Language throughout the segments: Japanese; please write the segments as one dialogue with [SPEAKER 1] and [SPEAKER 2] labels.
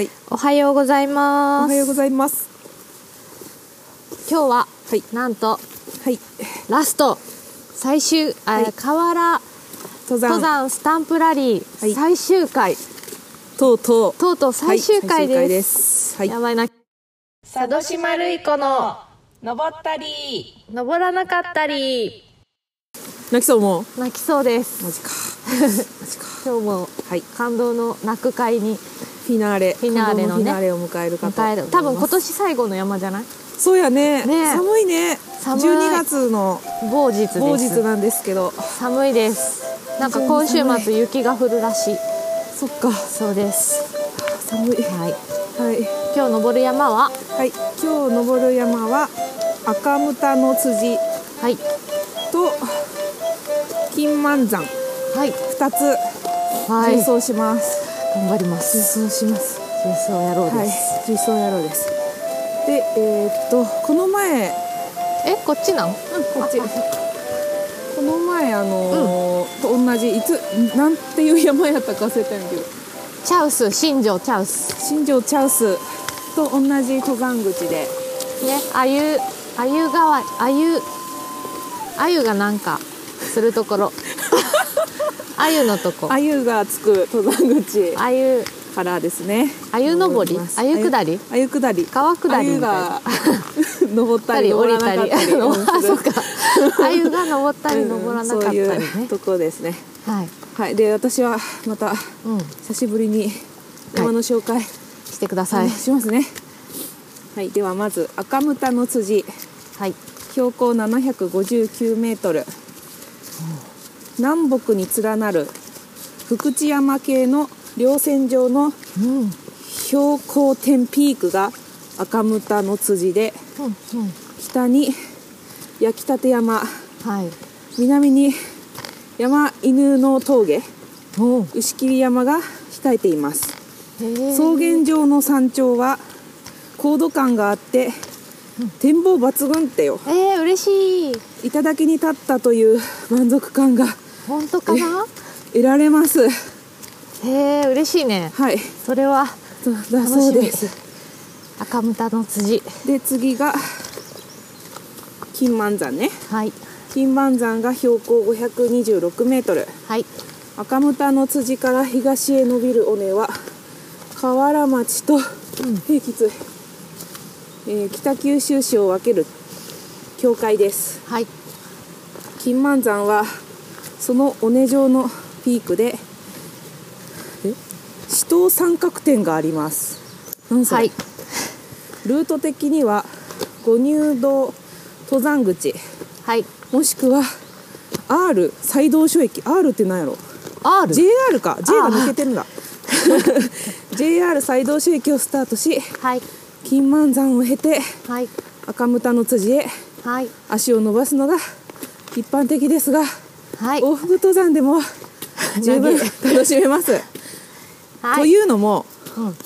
[SPEAKER 1] い。
[SPEAKER 2] おはようござい
[SPEAKER 1] お
[SPEAKER 2] ます
[SPEAKER 1] はようございます。
[SPEAKER 2] 今日は、
[SPEAKER 1] はい
[SPEAKER 2] なんと
[SPEAKER 1] はい。
[SPEAKER 2] ラスト最終、あ
[SPEAKER 1] はい
[SPEAKER 2] 河原
[SPEAKER 1] 登山
[SPEAKER 2] 登山スタンプラリー、
[SPEAKER 1] はい
[SPEAKER 2] 最終回
[SPEAKER 1] とうとう。
[SPEAKER 2] とうとう最終
[SPEAKER 1] は
[SPEAKER 2] 回
[SPEAKER 1] い最終回
[SPEAKER 2] で,、
[SPEAKER 1] ですす。はい。
[SPEAKER 2] やばいな
[SPEAKER 3] 佐渡島るい子の登ったり
[SPEAKER 2] 登らなかったり
[SPEAKER 1] 泣きそうもう。
[SPEAKER 2] 泣きそうです
[SPEAKER 1] マジか。 マジか。
[SPEAKER 2] 今日も
[SPEAKER 1] はい。
[SPEAKER 2] 感動の泣く会に
[SPEAKER 1] フィナーレ。
[SPEAKER 2] ィナーレの
[SPEAKER 1] 感動
[SPEAKER 2] ね
[SPEAKER 1] フィナーレを迎えるかと思
[SPEAKER 2] 迎え
[SPEAKER 1] いま
[SPEAKER 2] る
[SPEAKER 1] す。
[SPEAKER 2] 多分今年最後の山じゃない
[SPEAKER 1] そうやね。
[SPEAKER 2] ね
[SPEAKER 1] 寒いね。
[SPEAKER 2] 寒い
[SPEAKER 1] 12月の
[SPEAKER 2] 某日です
[SPEAKER 1] 某日なんですけど。
[SPEAKER 2] 寒いですなんか今週末雪が降るらしい
[SPEAKER 1] そっか。
[SPEAKER 2] そうです
[SPEAKER 1] 寒い。
[SPEAKER 2] はい
[SPEAKER 1] はい。
[SPEAKER 2] 今日登る山は
[SPEAKER 1] はい。今日登る山は赤牟田の辻
[SPEAKER 2] はい
[SPEAKER 1] と金満山
[SPEAKER 2] はい
[SPEAKER 1] 二つ
[SPEAKER 2] はい
[SPEAKER 1] 重走します。
[SPEAKER 2] 頑張ります
[SPEAKER 1] 重走します。
[SPEAKER 2] 重曹野郎
[SPEAKER 1] は
[SPEAKER 2] で
[SPEAKER 1] い
[SPEAKER 2] す、、
[SPEAKER 1] 重曹野郎です。で、えーっと、この前、
[SPEAKER 2] えこっちなん
[SPEAKER 1] こっち。この前、あのーと同じ、いつ、なんていう山やったか忘れたんやけど。
[SPEAKER 2] チャウス新庄チャウス
[SPEAKER 1] 新庄チャウスと同じ登山口で。
[SPEAKER 2] ねあゆあゆ川あゆあゆがなんかするとこ ろあゆのとこ
[SPEAKER 1] あゆがつく登山口
[SPEAKER 2] あゆ
[SPEAKER 1] からですね。
[SPEAKER 2] あゆ登りあゆ下り
[SPEAKER 1] あゆ下り。
[SPEAKER 2] 川下りみたいな
[SPEAKER 1] あゆが 登ったり、
[SPEAKER 2] 降
[SPEAKER 1] 登
[SPEAKER 2] り
[SPEAKER 1] ら
[SPEAKER 2] た
[SPEAKER 1] なかっ
[SPEAKER 2] り
[SPEAKER 1] たり。
[SPEAKER 2] あ
[SPEAKER 1] ん
[SPEAKER 2] そうか あゆが登ったり
[SPEAKER 1] うん
[SPEAKER 2] 登らなかったりね、
[SPEAKER 1] そういうとこですね。
[SPEAKER 2] はい、
[SPEAKER 1] はい、で、私はまた
[SPEAKER 2] うん、
[SPEAKER 1] 久しぶりに山の紹介、
[SPEAKER 2] してください
[SPEAKER 1] しますね。はい、ではまず赤牟田の辻、
[SPEAKER 2] はい
[SPEAKER 1] 標高759メートル、南北に連なる福知山系の稜線上の
[SPEAKER 2] うんうん
[SPEAKER 1] 標高点ピークが赤牟田の辻で、
[SPEAKER 2] うん
[SPEAKER 1] 北に焼き立山、
[SPEAKER 2] はい
[SPEAKER 1] 南に山犬の峠、
[SPEAKER 2] おう
[SPEAKER 1] 牛切山が控えています。
[SPEAKER 2] へー
[SPEAKER 1] 草原上の山頂は高度感があって展望抜群ってよ
[SPEAKER 2] えー、嬉しい
[SPEAKER 1] 頂に立ったという満足感が
[SPEAKER 2] 本当かな
[SPEAKER 1] 得られます
[SPEAKER 2] へえ嬉しいね
[SPEAKER 1] はい
[SPEAKER 2] それは
[SPEAKER 1] だだそうです
[SPEAKER 2] 赤牟田の辻
[SPEAKER 1] で次が金満山ね
[SPEAKER 2] はい
[SPEAKER 1] 金満山が標高526メートル
[SPEAKER 2] はい
[SPEAKER 1] 赤牟田の辻から東へ伸びる尾根は河原町と、えーきつい、えー北九州市を分ける境界です
[SPEAKER 2] はい
[SPEAKER 1] 金満山はその尾根状のピークでえ死闘三角点があります何それ、
[SPEAKER 2] はい
[SPEAKER 1] ルート的には五入道登山口
[SPEAKER 2] はい
[SPEAKER 1] もしくは R 西道所駅 R って何やろ
[SPEAKER 2] R
[SPEAKER 1] JR か J が抜けてるんだ JR 西道所駅をスタートし
[SPEAKER 2] はい
[SPEAKER 1] 金満山を経て
[SPEAKER 2] はい
[SPEAKER 1] 赤牟田の辻へ
[SPEAKER 2] はい
[SPEAKER 1] 足を伸ばすのが一般的ですが
[SPEAKER 2] はい
[SPEAKER 1] 往復登山で も十分楽しめます。
[SPEAKER 2] は
[SPEAKER 1] と
[SPEAKER 2] い
[SPEAKER 1] いうのも、
[SPEAKER 2] うん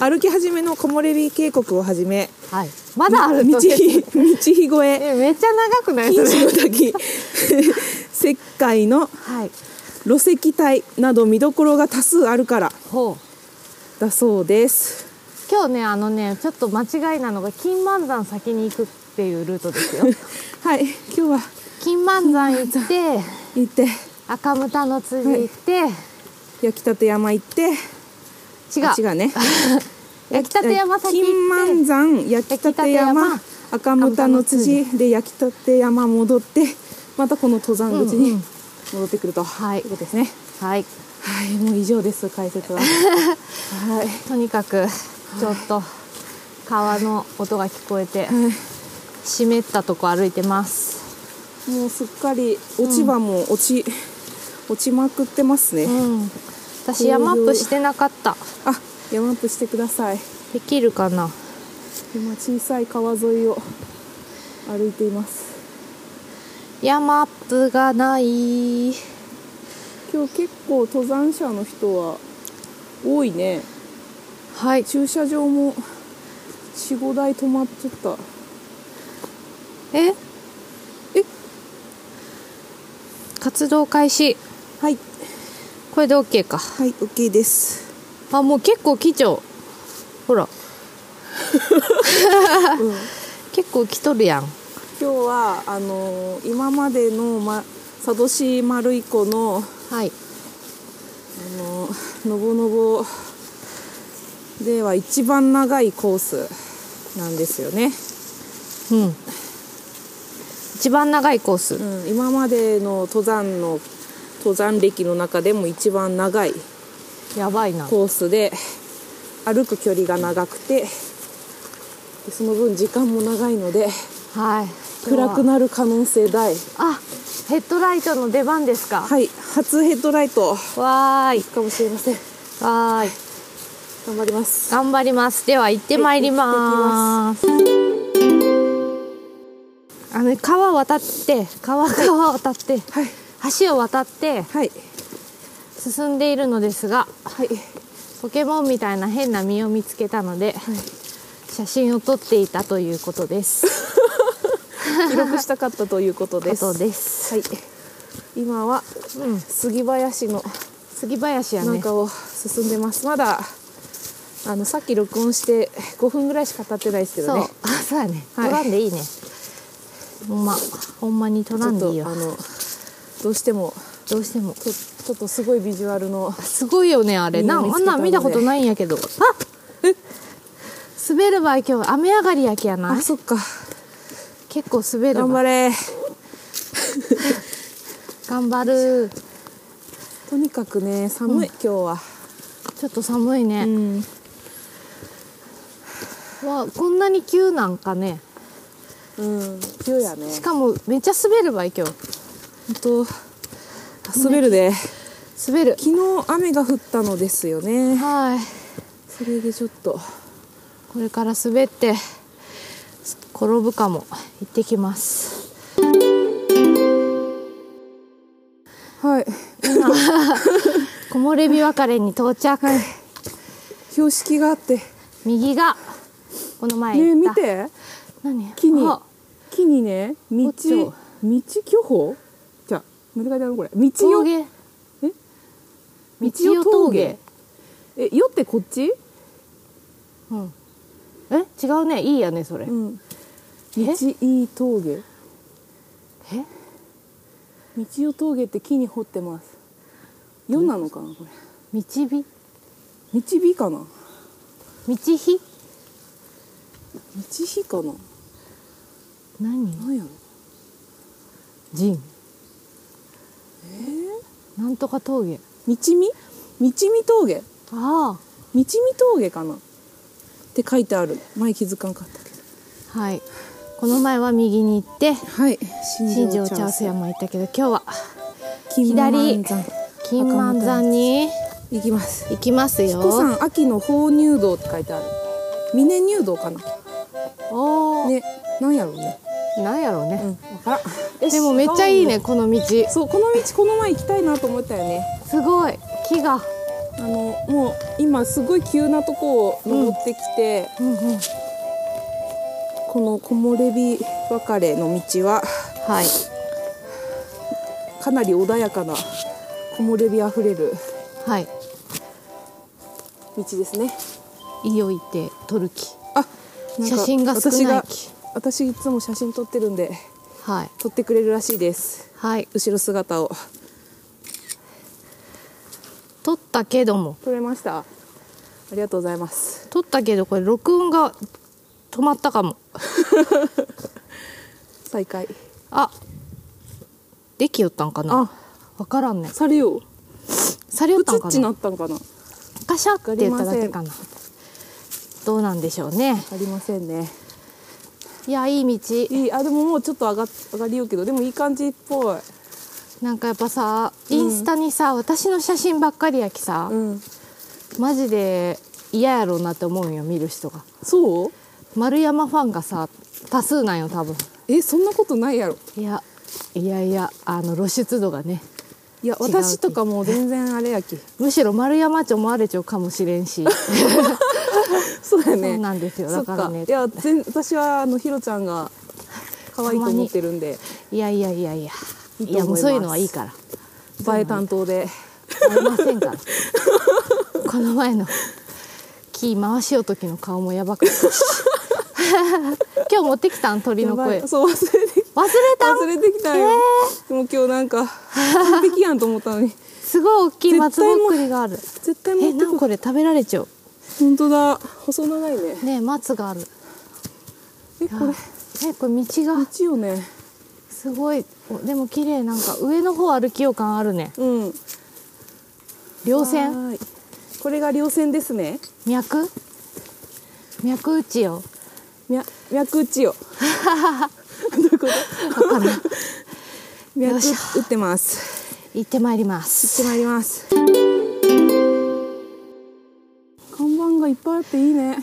[SPEAKER 1] 歩き始めの木漏れ日渓谷をはじめ
[SPEAKER 2] はいまだある
[SPEAKER 1] 道
[SPEAKER 2] と
[SPEAKER 1] ひ道ひ越え
[SPEAKER 2] えめっちゃ長くないそ
[SPEAKER 1] 錦
[SPEAKER 2] れ
[SPEAKER 1] 糸の滝 石灰の
[SPEAKER 2] はい
[SPEAKER 1] 路石帯など見どころが多数あるから
[SPEAKER 2] ほう
[SPEAKER 1] だそうです。
[SPEAKER 2] 今日ねあのねちょっと間違いなのが金満山先に行くっていうルートですよ
[SPEAKER 1] はい今日は
[SPEAKER 2] 金満山行って
[SPEAKER 1] 行って
[SPEAKER 2] 赤牟田の辻行って、
[SPEAKER 1] 焼き立山行って
[SPEAKER 2] 違
[SPEAKER 1] 違
[SPEAKER 2] う
[SPEAKER 1] うね
[SPEAKER 2] 焼きたて山先行って
[SPEAKER 1] 金満山焼き立
[SPEAKER 2] 焼き
[SPEAKER 1] 山
[SPEAKER 2] 立
[SPEAKER 1] 赤牟田の辻で焼き立山戻ってまたこの登山口
[SPEAKER 2] うんう
[SPEAKER 1] に
[SPEAKER 2] ん
[SPEAKER 1] 戻ってくると、
[SPEAKER 2] はい
[SPEAKER 1] ということですね
[SPEAKER 2] はい
[SPEAKER 1] はいもう以上です解説は はい
[SPEAKER 2] とにかくちょっと川の音が聞こえて湿ったとこ歩いてます
[SPEAKER 1] もうすっかり落ち葉も落ち、落ちまくってますね、
[SPEAKER 2] うん私山アップしてなかった
[SPEAKER 1] あ山アップしてください
[SPEAKER 2] できるかな
[SPEAKER 1] 今小さい川沿いを歩いています
[SPEAKER 2] 山アップがない
[SPEAKER 1] 今日結構登山者の人は多いね
[SPEAKER 2] はい
[SPEAKER 1] 駐車場も45台止まっちゃった
[SPEAKER 2] え
[SPEAKER 1] え
[SPEAKER 2] 活動開始
[SPEAKER 1] はい
[SPEAKER 2] これで OK か
[SPEAKER 1] はい OK です
[SPEAKER 2] あもう結構基調ほ ら 結構来とるやん
[SPEAKER 1] 今日はあのー今までの、ま、佐渡市丸い子の、あ
[SPEAKER 2] はい
[SPEAKER 1] のーのぼのぼでは一番長いコースなんですよね、
[SPEAKER 2] うん一番長いコース、
[SPEAKER 1] うん、今までの登山の登山歴の中でも一番長い
[SPEAKER 2] やばいな
[SPEAKER 1] コースで歩く距離が長くてでその分時間も長いので
[SPEAKER 2] はい
[SPEAKER 1] 暗く
[SPEAKER 2] な
[SPEAKER 1] なる可能性大
[SPEAKER 2] あヘッドライトの出番ですか、
[SPEAKER 1] はい初ヘッドライト
[SPEAKER 2] わーい
[SPEAKER 1] かもしれません
[SPEAKER 2] わーい
[SPEAKER 1] 頑張ります
[SPEAKER 2] 頑張りますでは行ってまいります,、あの川渡って川川渡って、
[SPEAKER 1] はい
[SPEAKER 2] 橋を渡って
[SPEAKER 1] はい
[SPEAKER 2] 進んでいるのですが
[SPEAKER 1] はい
[SPEAKER 2] ポケモンみたいな変な実を見つけたので、写真を撮っていたということです。
[SPEAKER 1] 記録したかったということです
[SPEAKER 2] ことです。
[SPEAKER 1] はい今は
[SPEAKER 2] うん、
[SPEAKER 1] 杉林の
[SPEAKER 2] 杉林やね。
[SPEAKER 1] 中を進んでますまだあのさっき録音して5分ぐらいしか経ってないですけど
[SPEAKER 2] そう
[SPEAKER 1] ね、
[SPEAKER 2] あ、そうやね。
[SPEAKER 1] はい
[SPEAKER 2] 撮らんでいいね。ほんま、ほんまに撮
[SPEAKER 1] ち
[SPEAKER 2] ら
[SPEAKER 1] ょ
[SPEAKER 2] ん
[SPEAKER 1] っ
[SPEAKER 2] で
[SPEAKER 1] と
[SPEAKER 2] いい
[SPEAKER 1] あ
[SPEAKER 2] よ。
[SPEAKER 1] のどうしても
[SPEAKER 2] どうしても。
[SPEAKER 1] とちょっとすごいビジュアルの
[SPEAKER 2] すごいよね、あれ。な、
[SPEAKER 1] 見つけ
[SPEAKER 2] あん
[SPEAKER 1] たので
[SPEAKER 2] なん見たことないんやけど。あ、え滑る場合今日雨上がりやけやな
[SPEAKER 1] あ。そっか
[SPEAKER 2] 結構滑るわ。
[SPEAKER 1] 頑張れ
[SPEAKER 2] 頑張る。
[SPEAKER 1] とにかくね寒い、今日は、
[SPEAKER 2] ちょっと寒いね。
[SPEAKER 1] ん、
[SPEAKER 2] わ、こんなに急なんかね。
[SPEAKER 1] うん、急やね
[SPEAKER 2] しかもめっちゃ滑る場合今日。
[SPEAKER 1] 本当滑るで
[SPEAKER 2] 滑る。
[SPEAKER 1] 昨日雨が降ったのですよね
[SPEAKER 2] はい。
[SPEAKER 1] それでちょっと
[SPEAKER 2] これから滑って転ぶかも行ってきます
[SPEAKER 1] はい
[SPEAKER 2] 木漏れ日別れに到着、
[SPEAKER 1] 標識があってね
[SPEAKER 2] 右がこの前
[SPEAKER 1] え
[SPEAKER 2] 行
[SPEAKER 1] 見
[SPEAKER 2] った、
[SPEAKER 1] て
[SPEAKER 2] 何
[SPEAKER 1] 木に
[SPEAKER 2] あ
[SPEAKER 1] 木にね道
[SPEAKER 2] こっち
[SPEAKER 1] 道
[SPEAKER 2] を
[SPEAKER 1] 巨峰じゃあ難しいだろこれ道よ
[SPEAKER 2] 峠
[SPEAKER 1] え
[SPEAKER 2] 道よ峠
[SPEAKER 1] えよってこっち
[SPEAKER 2] うんえ違うねいいやねそれ、
[SPEAKER 1] うん
[SPEAKER 2] え
[SPEAKER 1] 道いい峠
[SPEAKER 2] え
[SPEAKER 1] 道よ峠って木に掘ってますよなのかなこれ
[SPEAKER 2] 道
[SPEAKER 1] 道
[SPEAKER 2] び
[SPEAKER 1] 火かな
[SPEAKER 2] 道ひ
[SPEAKER 1] 道火かな
[SPEAKER 2] 何
[SPEAKER 1] なんやろ
[SPEAKER 2] 人えなんとか峠
[SPEAKER 1] 道見道見峠
[SPEAKER 2] あ
[SPEAKER 1] 道見峠かなって書いてある前気づかんかったけど
[SPEAKER 2] あはいこの前は右に行って
[SPEAKER 1] はい
[SPEAKER 2] 新庄茶臼山行ったけど今日は
[SPEAKER 1] 金満山
[SPEAKER 2] 金満山に
[SPEAKER 1] 行きます
[SPEAKER 2] 行きますよ。
[SPEAKER 1] 彦山秋の放入道って書いてある峰入道かな
[SPEAKER 2] おお、
[SPEAKER 1] ねなんやろうね
[SPEAKER 2] なんやろう
[SPEAKER 1] う
[SPEAKER 2] ね。
[SPEAKER 1] んわからん
[SPEAKER 2] でもめっちゃいいねこの道。す
[SPEAKER 1] そうこの道この前行きたいなと思ったよね
[SPEAKER 2] ごい木が。
[SPEAKER 1] あのもう今すごい急なとこを登ってきて、
[SPEAKER 2] うんうん。
[SPEAKER 1] この木漏れ日別れの道は
[SPEAKER 2] はい。
[SPEAKER 1] かなり穏やかな木漏れ日あふれる
[SPEAKER 2] はい。
[SPEAKER 1] 道ですね
[SPEAKER 2] いいおいて撮る木。
[SPEAKER 1] あなんか
[SPEAKER 2] 写真が少
[SPEAKER 1] 私
[SPEAKER 2] ない
[SPEAKER 1] が
[SPEAKER 2] 木。
[SPEAKER 1] 私いつも写真撮ってるんで
[SPEAKER 2] はい。
[SPEAKER 1] 撮ってくれるらしいです
[SPEAKER 2] はい。
[SPEAKER 1] 後ろ姿を
[SPEAKER 2] 撮ったけども、
[SPEAKER 1] 撮れましたありがとうございます
[SPEAKER 2] 撮ったけどこれ録音が止まったかも。
[SPEAKER 1] 再開
[SPEAKER 2] あ、できよったんか
[SPEAKER 1] あ。
[SPEAKER 2] なわからんね。
[SPEAKER 1] されよう
[SPEAKER 2] されよっ
[SPEAKER 1] プ
[SPEAKER 2] た
[SPEAKER 1] チッ
[SPEAKER 2] んか
[SPEAKER 1] チなっ
[SPEAKER 2] な。
[SPEAKER 1] たんかなあ
[SPEAKER 2] カシャって言っただけかな。どうなんでしょうね。
[SPEAKER 1] りませんね
[SPEAKER 2] いやいい道。
[SPEAKER 1] いいあでももうちょっと上がっ上がりようけどでもいい感じっぽい
[SPEAKER 2] なんかやっぱさインスタにさ、私の写真ばっかりやきさ、
[SPEAKER 1] うん
[SPEAKER 2] マジで嫌やろうなって思うんよ見る人が
[SPEAKER 1] そう
[SPEAKER 2] 丸山ファンがさ多数なんよ多分
[SPEAKER 1] えそんなことないやろ
[SPEAKER 2] いやいやいやあの露出度がね
[SPEAKER 1] いや
[SPEAKER 2] 違うき
[SPEAKER 1] 私とかもう全然あれやき
[SPEAKER 2] むしろ丸山町もあれ町かもしれんし
[SPEAKER 1] そうやね
[SPEAKER 2] そうなんですよ
[SPEAKER 1] そっ
[SPEAKER 2] だからね
[SPEAKER 1] いや全私はあのひろちゃんが可愛いと思ってるんで
[SPEAKER 2] いやいやいやいや
[SPEAKER 1] いいと思います
[SPEAKER 2] やもうそういうのはいいから
[SPEAKER 1] 映え担当で
[SPEAKER 2] ありませんからこの前の昨木回しよときの顔もやばかっ たし今日持ってきたん鳥の声
[SPEAKER 1] やばい
[SPEAKER 2] 忘
[SPEAKER 1] そう忘れて
[SPEAKER 2] れた
[SPEAKER 1] 忘れてきたよ、でも今日なんか完璧やんと思ったのに
[SPEAKER 2] すごい大きい松ぼっくりがある
[SPEAKER 1] 絶対持
[SPEAKER 2] え
[SPEAKER 1] って
[SPEAKER 2] なん
[SPEAKER 1] こ
[SPEAKER 2] これ食べられちゃう
[SPEAKER 1] 本当だ細長いね
[SPEAKER 2] ねえ松がある
[SPEAKER 1] えこれ
[SPEAKER 2] えこれ道が
[SPEAKER 1] 一応ね
[SPEAKER 2] すごいおでも綺麗なんか上の方歩きよう感あるね
[SPEAKER 1] うん
[SPEAKER 2] 稜線
[SPEAKER 1] はーいこれが稜線ですね
[SPEAKER 2] 脈脈打ちよ
[SPEAKER 1] 脈脈打ちよどういうこと 脈
[SPEAKER 2] よいしょ
[SPEAKER 1] 打ってます
[SPEAKER 2] 行ってまいります
[SPEAKER 1] 行ってまいります看板がいっぱいあっていいね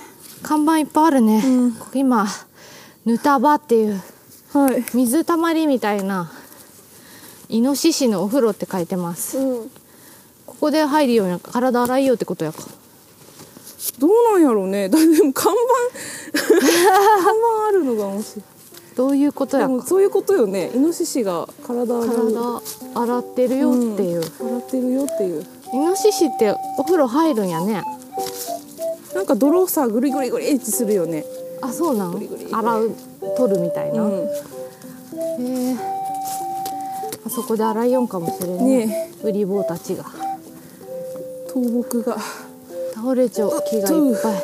[SPEAKER 2] 看板いっぱいあるね、
[SPEAKER 1] うん
[SPEAKER 2] ここ今ぬたばっていう
[SPEAKER 1] はい
[SPEAKER 2] 水たまりみたいなイノシシのお風呂って書いてます
[SPEAKER 1] うん
[SPEAKER 2] ここで入るような体洗いようってことやか
[SPEAKER 1] どうなんやろうねだ でも看板看板あるのが面白い
[SPEAKER 2] どういうこと
[SPEAKER 1] で
[SPEAKER 2] やか
[SPEAKER 1] もそういうことよねイノシシが体を洗う
[SPEAKER 2] 体洗ってるよっていう、
[SPEAKER 1] 洗ってるよっていう
[SPEAKER 2] イノシシってお風呂入るんやね
[SPEAKER 1] なんか泥をさぐりぐりぐりってするよね
[SPEAKER 2] あそうなん
[SPEAKER 1] ぐりぐりぐり
[SPEAKER 2] 洗う取るみたいな、
[SPEAKER 1] うん
[SPEAKER 2] へえあそこで洗いよんかもしれんね
[SPEAKER 1] ね
[SPEAKER 2] ウリ坊たちが
[SPEAKER 1] 倒木が
[SPEAKER 2] 倒れちゃう木がいっぱい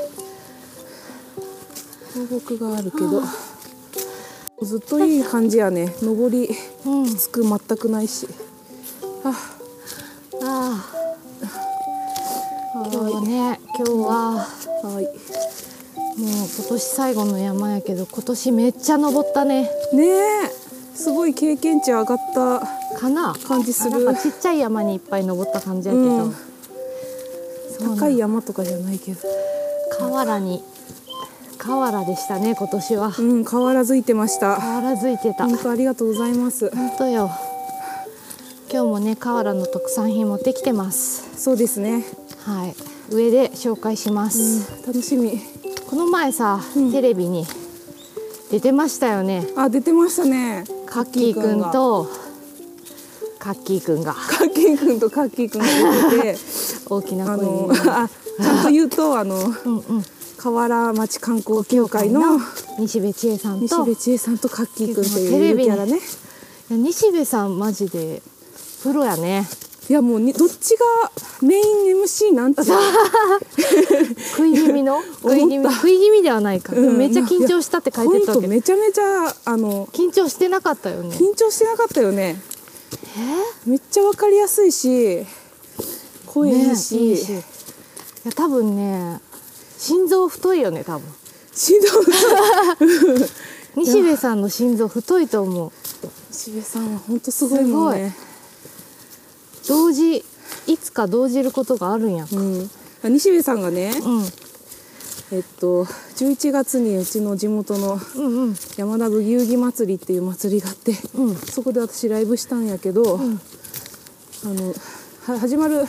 [SPEAKER 1] 倒木があるけどずっといい感じやね上り
[SPEAKER 2] うん
[SPEAKER 1] きつく全くないしあ
[SPEAKER 2] ああ今日はね今日は
[SPEAKER 1] はい
[SPEAKER 2] もう今年最後の山やけど今年めっちゃ登ったね
[SPEAKER 1] ねえすごい経験値上がった
[SPEAKER 2] かな
[SPEAKER 1] 感じする
[SPEAKER 2] なんかちっちゃい山にいっぱい登った感じやけど、
[SPEAKER 1] うん
[SPEAKER 2] そうなん
[SPEAKER 1] 高い山とかじゃないけど
[SPEAKER 2] 河原に河原でしたね今年は
[SPEAKER 1] うん変わらずいてました
[SPEAKER 2] 河原付いてた
[SPEAKER 1] 本当ありがとうございます
[SPEAKER 2] 本当よ今日もね河原の特産品持ってきてます
[SPEAKER 1] そうですね、
[SPEAKER 2] はい上で紹介します、
[SPEAKER 1] うん、楽しみ
[SPEAKER 2] この前さ、テレビに出てましたよね
[SPEAKER 1] あ出てましたね
[SPEAKER 2] カッキーくんとカッキーくんが
[SPEAKER 1] カッキーくんとカッキーくんが出てて
[SPEAKER 2] 大きな
[SPEAKER 1] あ
[SPEAKER 2] 声
[SPEAKER 1] の
[SPEAKER 2] に
[SPEAKER 1] あちゃんと言うとあの
[SPEAKER 2] うんうん
[SPEAKER 1] 河原町観光協会の
[SPEAKER 2] 西部千恵さん
[SPEAKER 1] 西
[SPEAKER 2] と
[SPEAKER 1] 部
[SPEAKER 2] い
[SPEAKER 1] 千恵さんとカッキーくんと
[SPEAKER 2] テ
[SPEAKER 1] い
[SPEAKER 2] レ
[SPEAKER 1] う
[SPEAKER 2] ビ
[SPEAKER 1] キャラね
[SPEAKER 2] や西部さんマジでプロやね
[SPEAKER 1] いやもうにどっちがメイン MC なんて
[SPEAKER 2] 食い気味の食い 気
[SPEAKER 1] 思った
[SPEAKER 2] 味食い気味ではないか、
[SPEAKER 1] うん
[SPEAKER 2] めっちゃ緊張したって書い
[SPEAKER 1] ほ
[SPEAKER 2] て
[SPEAKER 1] ん
[SPEAKER 2] たわ
[SPEAKER 1] と
[SPEAKER 2] け
[SPEAKER 1] めちゃめちゃあの
[SPEAKER 2] 緊張してなかったよね
[SPEAKER 1] 緊張してなかったよね
[SPEAKER 2] え
[SPEAKER 1] めっちゃわかりやすいし声いいし,、
[SPEAKER 2] ねいいしいや多分ね心臓太いよね多分
[SPEAKER 1] しんどい
[SPEAKER 2] 西部さんの心臓太いと思う
[SPEAKER 1] 西部さんはほんとすごいもんね、
[SPEAKER 2] 同時いつか動じることがあるんや
[SPEAKER 1] うん、西部さんがね
[SPEAKER 2] うんうん
[SPEAKER 1] えっと11月にうちの地元の
[SPEAKER 2] うん
[SPEAKER 1] 山田ブギウギ祭りっていう祭りがあって、
[SPEAKER 2] うん
[SPEAKER 1] そこで私ライブしたんやけど、
[SPEAKER 2] ん
[SPEAKER 1] あのは始まる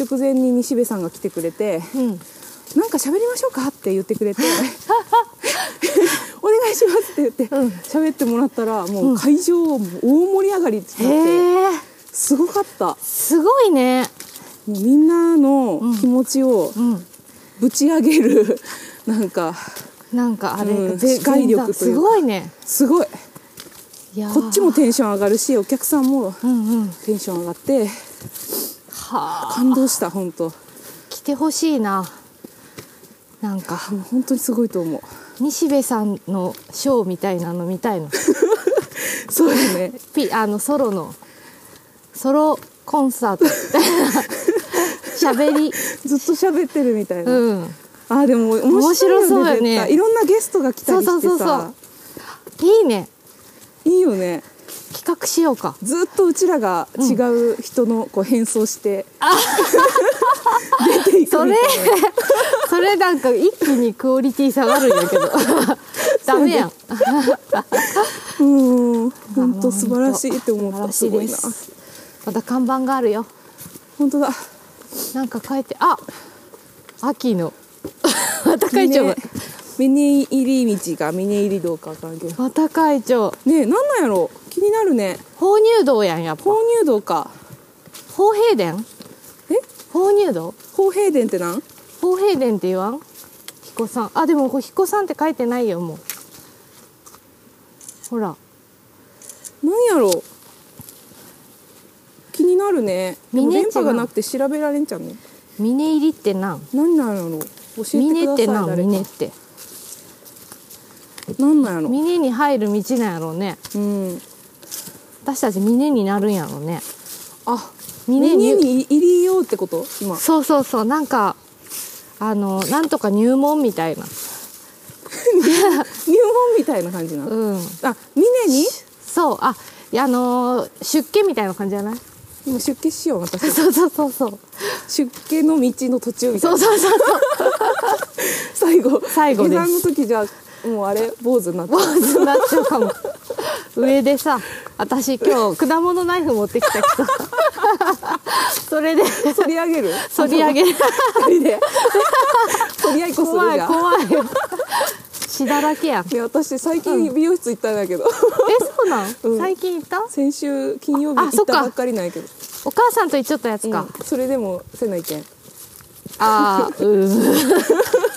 [SPEAKER 1] 直前に西部さんが来てくれて
[SPEAKER 2] うん
[SPEAKER 1] 「なんか喋りましょうか」って言ってくれ て「お願いします」って言って
[SPEAKER 2] うん
[SPEAKER 1] 喋、ってもらったらもう会場もう大盛り上がりってなって、
[SPEAKER 2] へえ
[SPEAKER 1] すごかったも
[SPEAKER 2] すごいね
[SPEAKER 1] うみんなの気持ちを
[SPEAKER 2] うん
[SPEAKER 1] ぶち上げる、なんか
[SPEAKER 2] なんかあれ、
[SPEAKER 1] うん
[SPEAKER 2] ぜ
[SPEAKER 1] 視界力というか
[SPEAKER 2] すごいね
[SPEAKER 1] すごい
[SPEAKER 2] いやー
[SPEAKER 1] こっちもテンション上がるしお客さんも
[SPEAKER 2] うんうんは
[SPEAKER 1] テンション上がって
[SPEAKER 2] あ
[SPEAKER 1] 感動した本当も
[SPEAKER 2] 来てほしいななんか
[SPEAKER 1] う本当にすごいと思う。
[SPEAKER 2] 西部さんのショーみたいなの見 たいの
[SPEAKER 1] そうですね。
[SPEAKER 2] ピあのソロのソロコ ンサートみたいな喋り
[SPEAKER 1] ずっと喋ってるみたいな。
[SPEAKER 2] うん
[SPEAKER 1] あーでも面白いよ
[SPEAKER 2] 面白そう
[SPEAKER 1] ね
[SPEAKER 2] よね
[SPEAKER 1] 絶対いろんなゲストが来た
[SPEAKER 2] そ
[SPEAKER 1] り
[SPEAKER 2] う
[SPEAKER 1] してさ
[SPEAKER 2] そうそうそういいね
[SPEAKER 1] いいよね
[SPEAKER 2] 企画しようか
[SPEAKER 1] ずっとうちらが違う人のこう変装して、出ていく
[SPEAKER 2] それ
[SPEAKER 1] みたいな
[SPEAKER 2] それなんか一気にクオリティ下がるんや けどダメやん素
[SPEAKER 1] うん本当素晴らしいって思
[SPEAKER 2] 晴
[SPEAKER 1] っ
[SPEAKER 2] ら
[SPEAKER 1] た
[SPEAKER 2] し
[SPEAKER 1] す
[SPEAKER 2] い
[SPEAKER 1] ご
[SPEAKER 2] で
[SPEAKER 1] いな
[SPEAKER 2] すまた看板があるよ
[SPEAKER 1] 本当だ
[SPEAKER 2] なんか書いてあ秋の また会長が
[SPEAKER 1] 峰入り道が峰入りどうかわからんけど
[SPEAKER 2] また会長
[SPEAKER 1] ねえなんなんやろ気になるね
[SPEAKER 2] 放入道やんやっぱ
[SPEAKER 1] 放入道か
[SPEAKER 2] 法平殿
[SPEAKER 1] え
[SPEAKER 2] 法入道
[SPEAKER 1] 法平殿ってなん
[SPEAKER 2] 法平殿って言わん彦さんあでもこれ彦さんって書いてないよもうほら
[SPEAKER 1] なんやろう気になるねでも
[SPEAKER 2] 峰違う
[SPEAKER 1] 電波がなくて調べられんじゃんね
[SPEAKER 2] 峰入りってなん
[SPEAKER 1] 何なんやろう教えてく
[SPEAKER 2] 峰
[SPEAKER 1] だ
[SPEAKER 2] っ
[SPEAKER 1] さい
[SPEAKER 2] てな
[SPEAKER 1] 誰か
[SPEAKER 2] 峰って
[SPEAKER 1] 何なんやろ
[SPEAKER 2] 峰に入る道なんやろうね
[SPEAKER 1] ううん
[SPEAKER 2] 私たち峰になるんやろうね
[SPEAKER 1] あ
[SPEAKER 2] 峰に
[SPEAKER 1] 峰に入りようってこと 今
[SPEAKER 2] そうそうそうなんかあのなんとか入門みたいな
[SPEAKER 1] 入門みたいな感じなの、
[SPEAKER 2] うん
[SPEAKER 1] あ峰に
[SPEAKER 2] そうあいやあのー出家みたいな感じじゃない
[SPEAKER 1] もう出家しよう私
[SPEAKER 2] そうそうそうそう
[SPEAKER 1] 出家の道の途中みたい
[SPEAKER 2] そ
[SPEAKER 1] な
[SPEAKER 2] うそうそう そう
[SPEAKER 1] 最後
[SPEAKER 2] 最後です
[SPEAKER 1] 下山の時じゃもうあれ坊主になって
[SPEAKER 2] 坊主になっちゃうかも上でさ私今日果物ナイフ持ってき たけどそれで
[SPEAKER 1] 反り上げる
[SPEAKER 2] 反り上げる
[SPEAKER 1] 二人で 反り合いっこする
[SPEAKER 2] 怖い
[SPEAKER 1] じゃん
[SPEAKER 2] 怖い血だらけやん え
[SPEAKER 1] で私最近美容室行ったんだけど
[SPEAKER 2] そうなん、
[SPEAKER 1] うん
[SPEAKER 2] 最近行った
[SPEAKER 1] 先週金曜日
[SPEAKER 2] あ
[SPEAKER 1] 行
[SPEAKER 2] そ
[SPEAKER 1] っ
[SPEAKER 2] っか
[SPEAKER 1] たばっかりなんやけど
[SPEAKER 2] お母さんと行っちゃったやつか、
[SPEAKER 1] うんそれでもせないけん
[SPEAKER 2] ああ うん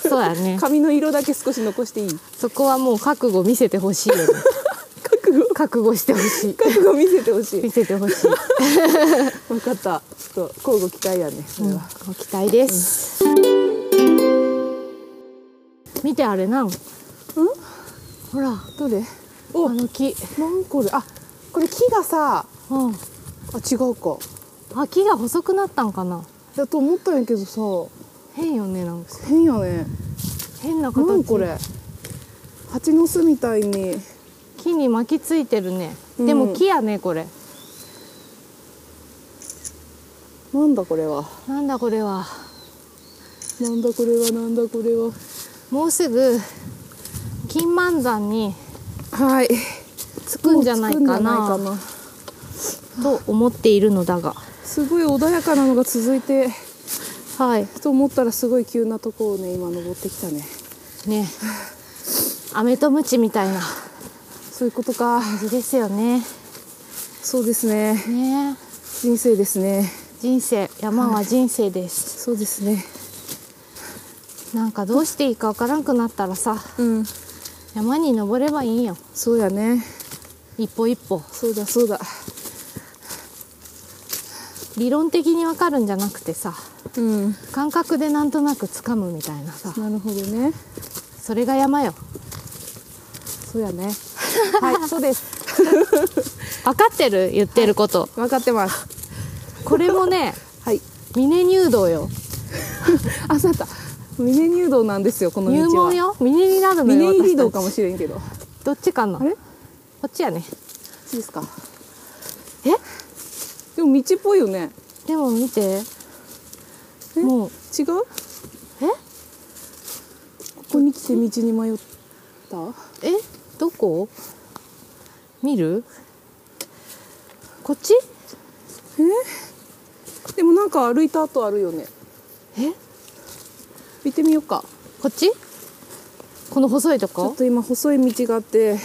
[SPEAKER 2] そうやね
[SPEAKER 1] 髪の色だけ少し残していい
[SPEAKER 2] そこはもう覚悟見せてほしいよね
[SPEAKER 1] 覚悟
[SPEAKER 2] 覚悟してほしい
[SPEAKER 1] 覚悟見せてほ しい
[SPEAKER 2] 見せてほしい
[SPEAKER 1] 分かったちょっと交互期待やねそれは、
[SPEAKER 2] ご期待です、見てあれなんんほらあ
[SPEAKER 1] どれお
[SPEAKER 2] の木
[SPEAKER 1] なんこれあこれ木がさ
[SPEAKER 2] うん
[SPEAKER 1] あ違うか
[SPEAKER 2] あ木が細くなったんかな
[SPEAKER 1] だと思ったんやけどさ
[SPEAKER 2] 変よねなんか
[SPEAKER 1] 変やね
[SPEAKER 2] 変な形
[SPEAKER 1] なんこれ蜂の巣みたいに
[SPEAKER 2] 木に巻きついてるね、
[SPEAKER 1] うん
[SPEAKER 2] でも木やねこれ
[SPEAKER 1] なんだこれは
[SPEAKER 2] なんだこれは
[SPEAKER 1] なんだこれはなんだこれは
[SPEAKER 2] もうすぐ金満山に
[SPEAKER 1] はい
[SPEAKER 2] 着くんじゃない
[SPEAKER 1] も
[SPEAKER 2] かな
[SPEAKER 1] う着くんじゃないか
[SPEAKER 2] と思っているのだが
[SPEAKER 1] なすごい穏やかなのが続いて
[SPEAKER 2] はい
[SPEAKER 1] と思ったらすごい急なとこをね今登ってきたね
[SPEAKER 2] ね飴とムチみたいな
[SPEAKER 1] そういうことか
[SPEAKER 2] 感じですよね
[SPEAKER 1] そうですね
[SPEAKER 2] ね
[SPEAKER 1] 人生ですね
[SPEAKER 2] 人生山は人生です、
[SPEAKER 1] そうですね
[SPEAKER 2] なんかどうしていいかわからんくなったらさ
[SPEAKER 1] うん
[SPEAKER 2] 山に登ればいいんよ
[SPEAKER 1] そうやね
[SPEAKER 2] 一歩一歩
[SPEAKER 1] そうだそうだ
[SPEAKER 2] 理論的にわかるんじゃなくてさ
[SPEAKER 1] うん
[SPEAKER 2] 感覚でなんとなくつかむみたいなさ
[SPEAKER 1] なるほどね
[SPEAKER 2] それが山よ
[SPEAKER 1] そうやね はいそうです
[SPEAKER 2] 分かってる言ってること、
[SPEAKER 1] 分かってます
[SPEAKER 2] これも ね
[SPEAKER 1] はい
[SPEAKER 2] 峰入道よ
[SPEAKER 1] あそうだった峰入道なんですよこの道は
[SPEAKER 2] 入門よ峰になるのよ
[SPEAKER 1] 峰入道かも
[SPEAKER 2] 私
[SPEAKER 1] しれんけど
[SPEAKER 2] たちどっちかな
[SPEAKER 1] あれ
[SPEAKER 2] こ
[SPEAKER 1] こ
[SPEAKER 2] っちやね
[SPEAKER 1] っちですか
[SPEAKER 2] え
[SPEAKER 1] でも道っぽいよね
[SPEAKER 2] でも見て
[SPEAKER 1] え
[SPEAKER 2] もう
[SPEAKER 1] 違う
[SPEAKER 2] え
[SPEAKER 1] ここに来て道に迷った
[SPEAKER 2] えどこ見るこっち
[SPEAKER 1] でもなんか歩いた後あるよね
[SPEAKER 2] え
[SPEAKER 1] 行ってみようか
[SPEAKER 2] こっちこの細いと
[SPEAKER 1] ちょ
[SPEAKER 2] こ
[SPEAKER 1] っと今細い道があって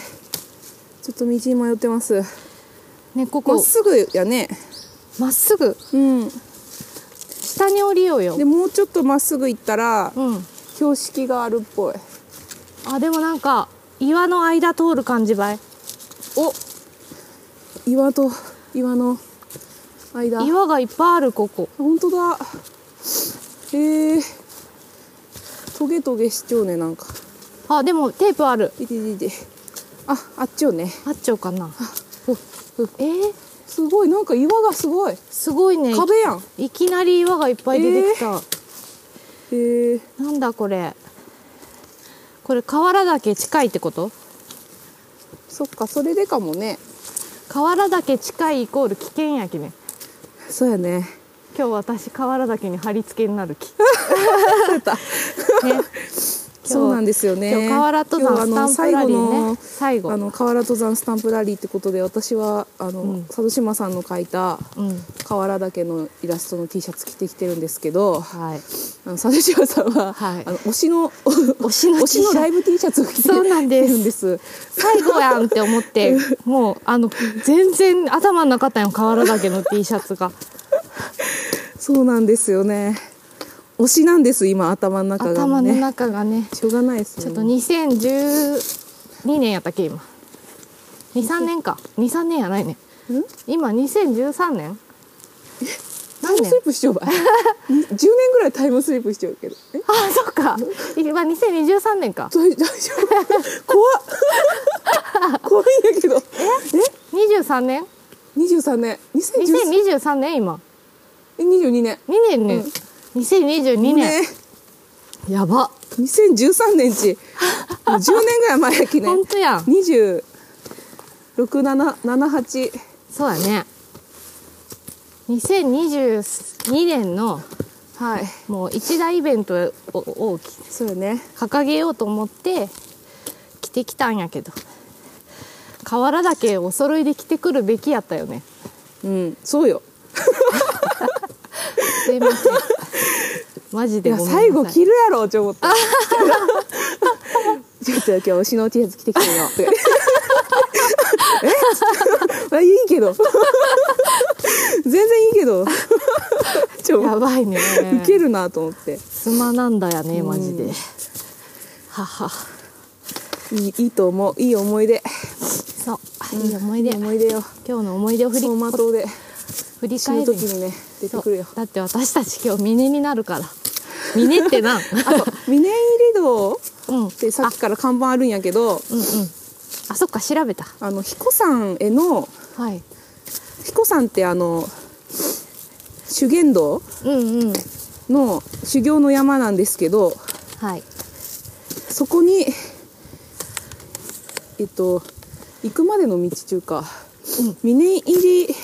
[SPEAKER 1] ちょっと道に迷ってます
[SPEAKER 2] ねここ
[SPEAKER 1] まっすぐやね
[SPEAKER 2] まっすぐ
[SPEAKER 1] うん
[SPEAKER 2] 下に降りようよ
[SPEAKER 1] でもうちょっとまっすぐ行ったら
[SPEAKER 2] うん
[SPEAKER 1] 標識があるっぽい
[SPEAKER 2] あでもなんか岩の間通る感じばい
[SPEAKER 1] お岩と岩の間
[SPEAKER 2] 岩がいっぱいあるここ
[SPEAKER 1] 本当だへえトゲトゲしちゃうねなんか
[SPEAKER 2] あでもテープある
[SPEAKER 1] いていていてああっちよね
[SPEAKER 2] あっちゃうかなおおえー、
[SPEAKER 1] すごいなんか岩がすごい
[SPEAKER 2] すごいね
[SPEAKER 1] 壁やん
[SPEAKER 2] いきなり岩がいっぱい出てきた、
[SPEAKER 1] へえ
[SPEAKER 2] なんだこれこれ河原岳近いってこと
[SPEAKER 1] そっかそれでかもね
[SPEAKER 2] 河原岳近いイコール危険やきね
[SPEAKER 1] そうやね
[SPEAKER 2] 今日私河原岳に貼り付けになる 気ね
[SPEAKER 1] そうなんですよね
[SPEAKER 2] 今日河原登山
[SPEAKER 1] 今日あの
[SPEAKER 2] スタンプラリーね
[SPEAKER 1] 最
[SPEAKER 2] 最
[SPEAKER 1] 後
[SPEAKER 2] 後
[SPEAKER 1] のあの河原登山スタンプラリーってことで私はあの、
[SPEAKER 2] うん
[SPEAKER 1] 佐渡島さんの描いた
[SPEAKER 2] うん
[SPEAKER 1] 河原岳のイラストの T シャツ着てきてるんですけど
[SPEAKER 2] はい
[SPEAKER 1] あの佐渡島さんは、
[SPEAKER 2] はい
[SPEAKER 1] あの推しの
[SPEAKER 2] 推しの
[SPEAKER 1] 推しのライブ T シャツを着て
[SPEAKER 2] そうなん
[SPEAKER 1] 着
[SPEAKER 2] です
[SPEAKER 1] てるんです
[SPEAKER 2] 最後やんって思 ってもうあの全然頭の中ったんよ河原岳の T シャツが
[SPEAKER 1] そうなんですよね推しなんです今頭の中が
[SPEAKER 2] 頭
[SPEAKER 1] も
[SPEAKER 2] の
[SPEAKER 1] ね
[SPEAKER 2] 中がね
[SPEAKER 1] しょうがないです
[SPEAKER 2] ちょ
[SPEAKER 1] よ
[SPEAKER 2] っと2012年やったっけ今23年か23年やないね
[SPEAKER 1] ん
[SPEAKER 2] 今2013年
[SPEAKER 1] タイムスリップしちゃう わ10年ぐらいタイムスリップしちゃうけどえ
[SPEAKER 2] ああ そっか今2023年か
[SPEAKER 1] 大大 丈夫怖 っ怖いんやけどえ
[SPEAKER 2] 23年
[SPEAKER 1] 23年2023
[SPEAKER 2] 2023年今
[SPEAKER 1] え22年
[SPEAKER 2] 2年ね、2022年やば
[SPEAKER 1] 2013年ちもう10年ぐらい前やきね
[SPEAKER 2] ほんとやん
[SPEAKER 1] 2678
[SPEAKER 2] そうやね2022年の
[SPEAKER 1] はい
[SPEAKER 2] もう一大イベントをを
[SPEAKER 1] そうよね
[SPEAKER 2] 掲げようと思って着てきたんやけど瓦だけお揃いで着てくるべきやったよね
[SPEAKER 1] うんそうよ
[SPEAKER 2] すいませんマジ
[SPEAKER 1] い
[SPEAKER 2] で
[SPEAKER 1] や
[SPEAKER 2] ごめ
[SPEAKER 1] 最
[SPEAKER 2] ん
[SPEAKER 1] 後
[SPEAKER 2] なさい
[SPEAKER 1] 着るやろうち思った ちょっと今日牛の T シャツ着てきてるよとか言っ てえ あいいけど全然いいけ どちょ
[SPEAKER 2] やばいね
[SPEAKER 1] ウケるなと思って
[SPEAKER 2] すまなんだやねマジで、
[SPEAKER 1] うん
[SPEAKER 2] ははい
[SPEAKER 1] いいいと思ういい思い出
[SPEAKER 2] そういい思い出、
[SPEAKER 1] 思い出よ
[SPEAKER 2] 今日の思い出を振り
[SPEAKER 1] 走馬灯で
[SPEAKER 2] 振り
[SPEAKER 1] 死
[SPEAKER 2] 返
[SPEAKER 1] ぬ
[SPEAKER 2] る
[SPEAKER 1] 時にね出てくるよ
[SPEAKER 2] そうだって私たち今日峰になるから峰ってな ん
[SPEAKER 1] あと峰入り堂っ
[SPEAKER 2] うんうんうん
[SPEAKER 1] てさっきから看板あるんやけど
[SPEAKER 2] あそっか調べた
[SPEAKER 1] あの彦山への
[SPEAKER 2] はい
[SPEAKER 1] 彦山ってあの修験道
[SPEAKER 2] うんうん
[SPEAKER 1] の修行の山なんですけど
[SPEAKER 2] はい
[SPEAKER 1] そこにえっと行くまでの道中か、峰入り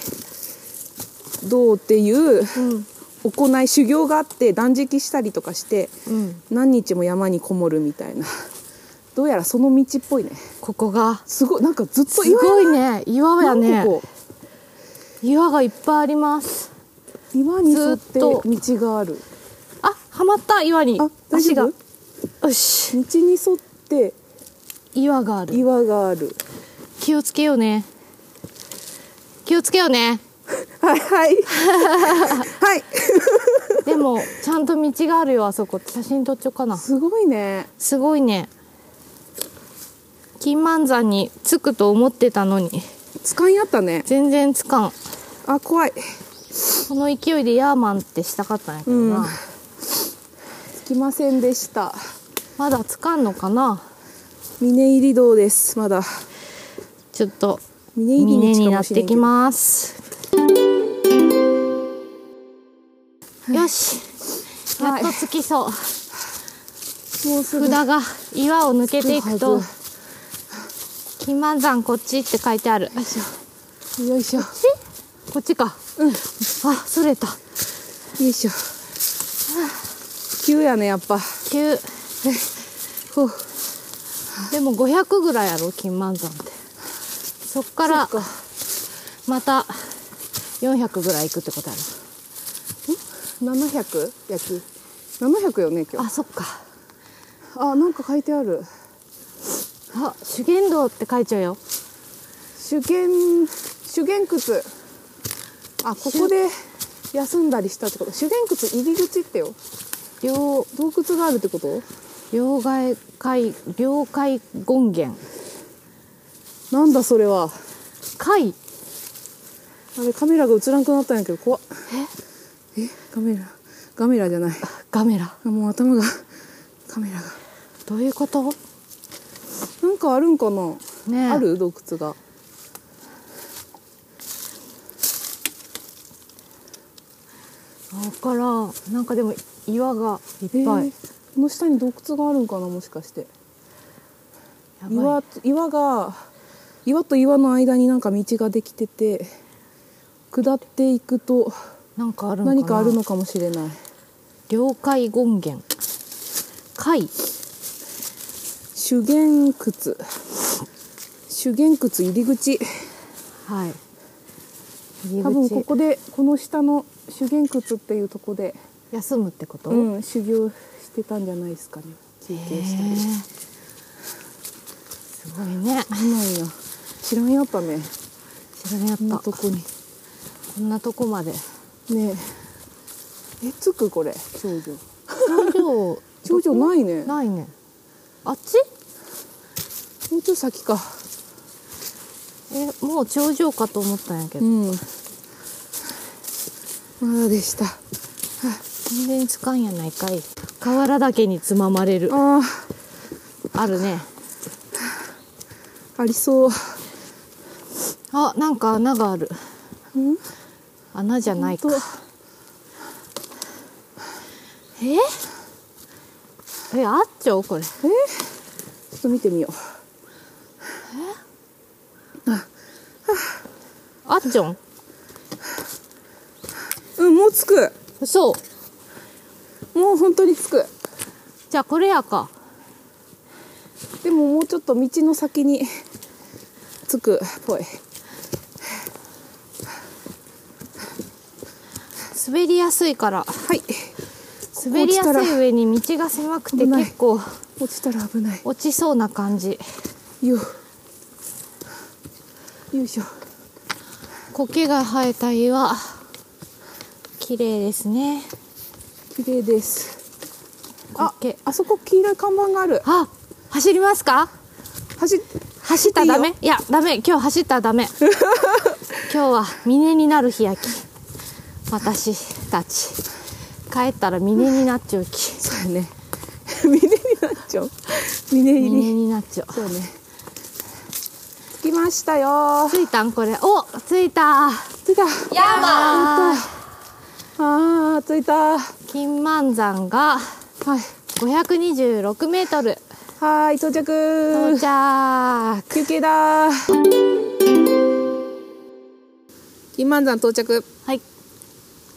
[SPEAKER 1] 堂っていう
[SPEAKER 2] うん
[SPEAKER 1] 行い修行があって断食したりとかして
[SPEAKER 2] うん
[SPEAKER 1] 何日も山にこもるみたいなどうやらその道っぽいね
[SPEAKER 2] ここが
[SPEAKER 1] すごいなんかずっと
[SPEAKER 2] すごい
[SPEAKER 1] ね
[SPEAKER 2] ね岩やね
[SPEAKER 1] ここ
[SPEAKER 2] 岩がいっぱいあります
[SPEAKER 1] 岩に沿って
[SPEAKER 2] ずっ
[SPEAKER 1] 道
[SPEAKER 2] と
[SPEAKER 1] がある
[SPEAKER 2] あはまった岩に
[SPEAKER 1] あ大丈
[SPEAKER 2] 足が
[SPEAKER 1] 夫
[SPEAKER 2] よし
[SPEAKER 1] 道に沿って
[SPEAKER 2] 岩がある
[SPEAKER 1] 岩がある
[SPEAKER 2] 気をつけようね気をつけようね
[SPEAKER 1] はいはい はい
[SPEAKER 2] でもちゃんと道があるよあそこ写真撮っちゃおうかな
[SPEAKER 1] すごいね
[SPEAKER 2] すごいね金満山に着くと思ってたのに
[SPEAKER 1] つかんやったね
[SPEAKER 2] 全然つかん
[SPEAKER 1] あ怖い
[SPEAKER 2] この勢いでヤーマンってしたかったんやけどな、
[SPEAKER 1] うんつきませんでした
[SPEAKER 2] まだつかんのかな
[SPEAKER 1] 峰入り堂ですまだ
[SPEAKER 2] ちょっと
[SPEAKER 1] 峰入
[SPEAKER 2] 峰
[SPEAKER 1] り道
[SPEAKER 2] に
[SPEAKER 1] か
[SPEAKER 2] な
[SPEAKER 1] も
[SPEAKER 2] っ
[SPEAKER 1] しれ
[SPEAKER 2] て
[SPEAKER 1] ん
[SPEAKER 2] き
[SPEAKER 1] けど
[SPEAKER 2] ますよしや
[SPEAKER 1] は
[SPEAKER 2] っ
[SPEAKER 1] い
[SPEAKER 2] とつきそう、
[SPEAKER 1] もうすぐ
[SPEAKER 2] 札が岩を抜けていく
[SPEAKER 1] すぐ
[SPEAKER 2] と
[SPEAKER 1] は
[SPEAKER 2] 金満山こっちって書いてある
[SPEAKER 1] よいしょよ
[SPEAKER 2] こっちかうんあそれた
[SPEAKER 1] いしょ急やねやっぱ
[SPEAKER 2] 急
[SPEAKER 1] ほう
[SPEAKER 2] でも500ぐらいやろ金満山ってそっから
[SPEAKER 1] そっか
[SPEAKER 2] また400ぐらい行くってことや
[SPEAKER 1] 700焼き700よね今
[SPEAKER 2] ろ
[SPEAKER 1] 日
[SPEAKER 2] あそっか
[SPEAKER 1] あなんか書いてある
[SPEAKER 2] あ修験道って書いちゃうよ
[SPEAKER 1] 修験修験靴あここで休んだりしたってこと修験靴入り口ってよ
[SPEAKER 2] 両
[SPEAKER 1] 洞窟があるってこと
[SPEAKER 2] 両外界両界権限
[SPEAKER 1] なんだそれは
[SPEAKER 2] 界
[SPEAKER 1] あれカメラが映らんくなったんやけど怖っえカメラカメラじゃない
[SPEAKER 2] ガメラ
[SPEAKER 1] あもう頭がカメラが
[SPEAKER 2] どういうこと
[SPEAKER 1] なんかあるんかな、
[SPEAKER 2] ねえ
[SPEAKER 1] ある洞窟が
[SPEAKER 2] 分からんなんかでも岩がいっぱい、
[SPEAKER 1] えーこの下に洞窟があるんかなもしかして
[SPEAKER 2] やばい
[SPEAKER 1] 岩岩が岩と岩の間になんか道ができてて下っていくと
[SPEAKER 2] なんかあるのかな
[SPEAKER 1] 何かあるのかもしれない
[SPEAKER 2] 両界権限界
[SPEAKER 1] 修験靴修験靴入り口
[SPEAKER 2] はい
[SPEAKER 1] 多分こ
[SPEAKER 2] こ
[SPEAKER 1] こでこの下の修験靴っていうとこで、
[SPEAKER 2] 休むってこと、
[SPEAKER 1] うん、修行してたんじゃないですかね休憩した
[SPEAKER 2] へえ
[SPEAKER 1] り
[SPEAKER 2] すごいね
[SPEAKER 1] そうなんや知らんやったね
[SPEAKER 2] 知ら
[SPEAKER 1] こんな
[SPEAKER 2] なかった
[SPEAKER 1] とこに
[SPEAKER 2] こんなとこまで
[SPEAKER 1] ねええつくこれ頂上
[SPEAKER 2] 頂上
[SPEAKER 1] 頂上ないね
[SPEAKER 2] ないねあっち
[SPEAKER 1] もうちょい先か
[SPEAKER 2] えもう頂上かと思ったんやけ
[SPEAKER 1] う
[SPEAKER 2] ど、
[SPEAKER 1] んまだでした
[SPEAKER 2] 全然つかんやないかい河原岳につままれるあ
[SPEAKER 1] あ
[SPEAKER 2] るね
[SPEAKER 1] あありそう
[SPEAKER 2] あなんか穴がある
[SPEAKER 1] うん
[SPEAKER 2] 穴じゃないか
[SPEAKER 1] 本
[SPEAKER 2] ええあっちょこれ
[SPEAKER 1] えーちょっと見てみよ
[SPEAKER 2] あっちょん
[SPEAKER 1] ううんもう着く
[SPEAKER 2] そう
[SPEAKER 1] もう本当に着く
[SPEAKER 2] じゃあこれやか
[SPEAKER 1] でももうちょっと道の先に着くっぽい
[SPEAKER 2] 滑りやすいから
[SPEAKER 1] はい
[SPEAKER 2] 滑りやす
[SPEAKER 1] 落ちた
[SPEAKER 2] い上に道が狭くて
[SPEAKER 1] 危ない
[SPEAKER 2] 結構
[SPEAKER 1] 落ちたら危ない
[SPEAKER 2] 落ちそうな感じ
[SPEAKER 1] よよいしょ
[SPEAKER 2] 苔が生えた岩綺麗ですね
[SPEAKER 1] 綺麗ですあ
[SPEAKER 2] 苔
[SPEAKER 1] あそこ黄色い看板がある
[SPEAKER 2] あ走りますか
[SPEAKER 1] 走っ
[SPEAKER 2] 走ったらダメいやダメ今日走ったらダ メ今日は峰になる日焼き私たち帰ったら峰になっちゃうき
[SPEAKER 1] そうやね 峰になっちゃう峰入
[SPEAKER 2] 峰
[SPEAKER 1] り
[SPEAKER 2] になっちゃう
[SPEAKER 1] そうね着きましたよ
[SPEAKER 2] 着いたんこれお着いた
[SPEAKER 1] 着いた
[SPEAKER 2] 山
[SPEAKER 1] あー着いたは
[SPEAKER 2] 金満山が
[SPEAKER 1] い
[SPEAKER 2] 526メートル
[SPEAKER 1] はーい到着
[SPEAKER 2] 到着
[SPEAKER 1] 休憩だ金満山到着
[SPEAKER 2] はい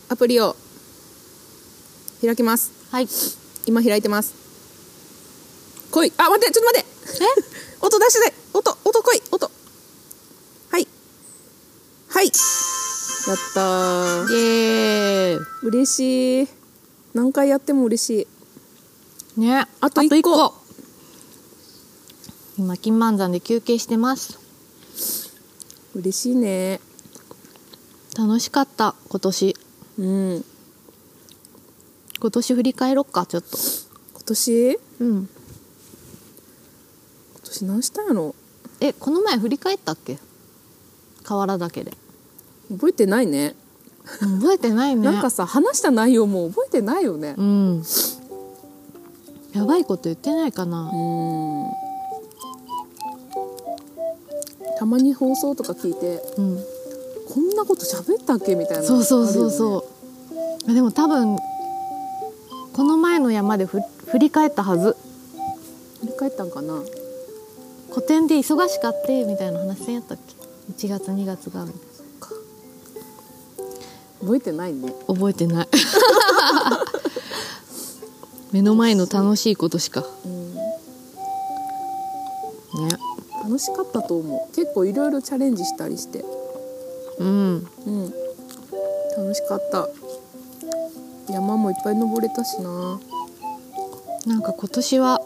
[SPEAKER 1] アプリを開きます
[SPEAKER 2] はい
[SPEAKER 1] 今開いてます来いあ待ってちょっと待って 音出してない音音来い音はいはいやったー
[SPEAKER 2] えイエー
[SPEAKER 1] 嬉しい何回やっても嬉しい
[SPEAKER 2] イね
[SPEAKER 1] あと1個
[SPEAKER 2] 今金満山で休憩してます
[SPEAKER 1] 嬉しいね
[SPEAKER 2] 楽しかった今年
[SPEAKER 1] うん
[SPEAKER 2] 今年振り返ろっかちょっと
[SPEAKER 1] 今年今
[SPEAKER 2] うん
[SPEAKER 1] 年何したんやろ
[SPEAKER 2] えこの前振り返ったっけ河原だけで
[SPEAKER 1] 覚えてないね
[SPEAKER 2] うん覚えてないね
[SPEAKER 1] なんかさ話した内容も覚えてないよね
[SPEAKER 2] うんやばいこと言ってないかな、
[SPEAKER 1] うんたまに放送とか聞いて
[SPEAKER 2] うん、
[SPEAKER 1] こんなこと喋ったっけみたいな
[SPEAKER 2] そうそう
[SPEAKER 1] あ
[SPEAKER 2] そう
[SPEAKER 1] るよね
[SPEAKER 2] そう、でも多分この前の山でふ振り返ったはず
[SPEAKER 1] 振り返ったんかな
[SPEAKER 2] 個展で忙しかってみたいな話せんやったっけ1月2月がみたい
[SPEAKER 1] 覚えてないね
[SPEAKER 2] な覚えてない 目の前の楽しいことしか
[SPEAKER 1] うん
[SPEAKER 2] ね
[SPEAKER 1] 楽しかったと思う結構いろいろチャレンジしたりして
[SPEAKER 2] うん
[SPEAKER 1] うん楽しかった山もいっぱい登れたしな
[SPEAKER 2] なんか今年は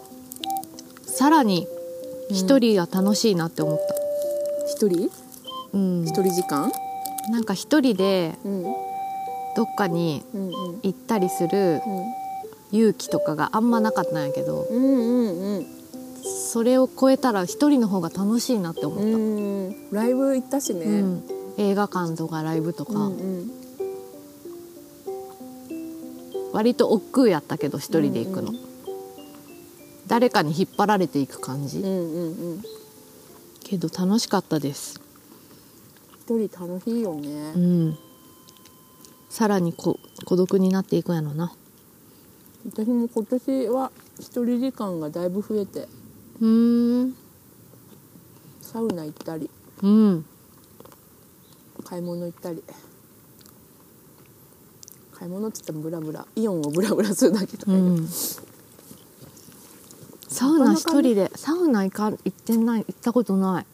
[SPEAKER 2] さらに一人が楽しいなって思っ
[SPEAKER 1] 一人
[SPEAKER 2] た、うん
[SPEAKER 1] 一人時間
[SPEAKER 2] なんか一人で
[SPEAKER 1] うん
[SPEAKER 2] どっかに
[SPEAKER 1] うんうん
[SPEAKER 2] 行ったりする勇気とかがあんまなかったんやけど
[SPEAKER 1] うんうんうん
[SPEAKER 2] それを超えたら一人の方が楽しいなって思
[SPEAKER 1] う
[SPEAKER 2] った、
[SPEAKER 1] んうんライブ行ったしね、
[SPEAKER 2] うん映画館とかライブとか、
[SPEAKER 1] うんうん
[SPEAKER 2] 割と億劫やったけど一人で行くの、
[SPEAKER 1] うんう
[SPEAKER 2] 誰かに引っ張られていく感じ、
[SPEAKER 1] うんうんうん
[SPEAKER 2] けど楽しかったです、
[SPEAKER 1] 一人楽しいよね
[SPEAKER 2] う、ん、さらにこ孤独になっていくんやろな
[SPEAKER 1] 私も今年は一人時間がだいぶ増えて
[SPEAKER 2] うーん
[SPEAKER 1] サウナ行ったり
[SPEAKER 2] うん
[SPEAKER 1] 買い物行ったり買い物って言ってもブラブライオンをブラブラするだけとか
[SPEAKER 2] う
[SPEAKER 1] 言う、
[SPEAKER 2] んサウナ一人でサウナ行か行ってない行ったことない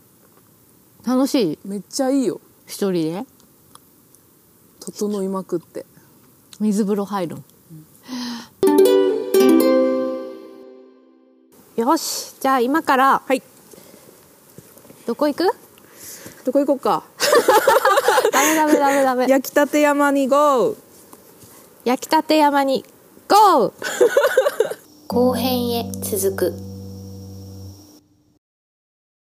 [SPEAKER 2] 楽しい
[SPEAKER 1] めっちゃいいよ
[SPEAKER 2] 一人で
[SPEAKER 1] 整いまくって
[SPEAKER 2] 水風呂入るん、よしじゃあ今から
[SPEAKER 1] はい
[SPEAKER 2] どこ行く
[SPEAKER 1] どこ行こう か
[SPEAKER 2] ダメダメダメダメ
[SPEAKER 1] 焼きたて山にゴー
[SPEAKER 2] 焼きたて山に
[SPEAKER 4] ゴー
[SPEAKER 2] 後編へ続く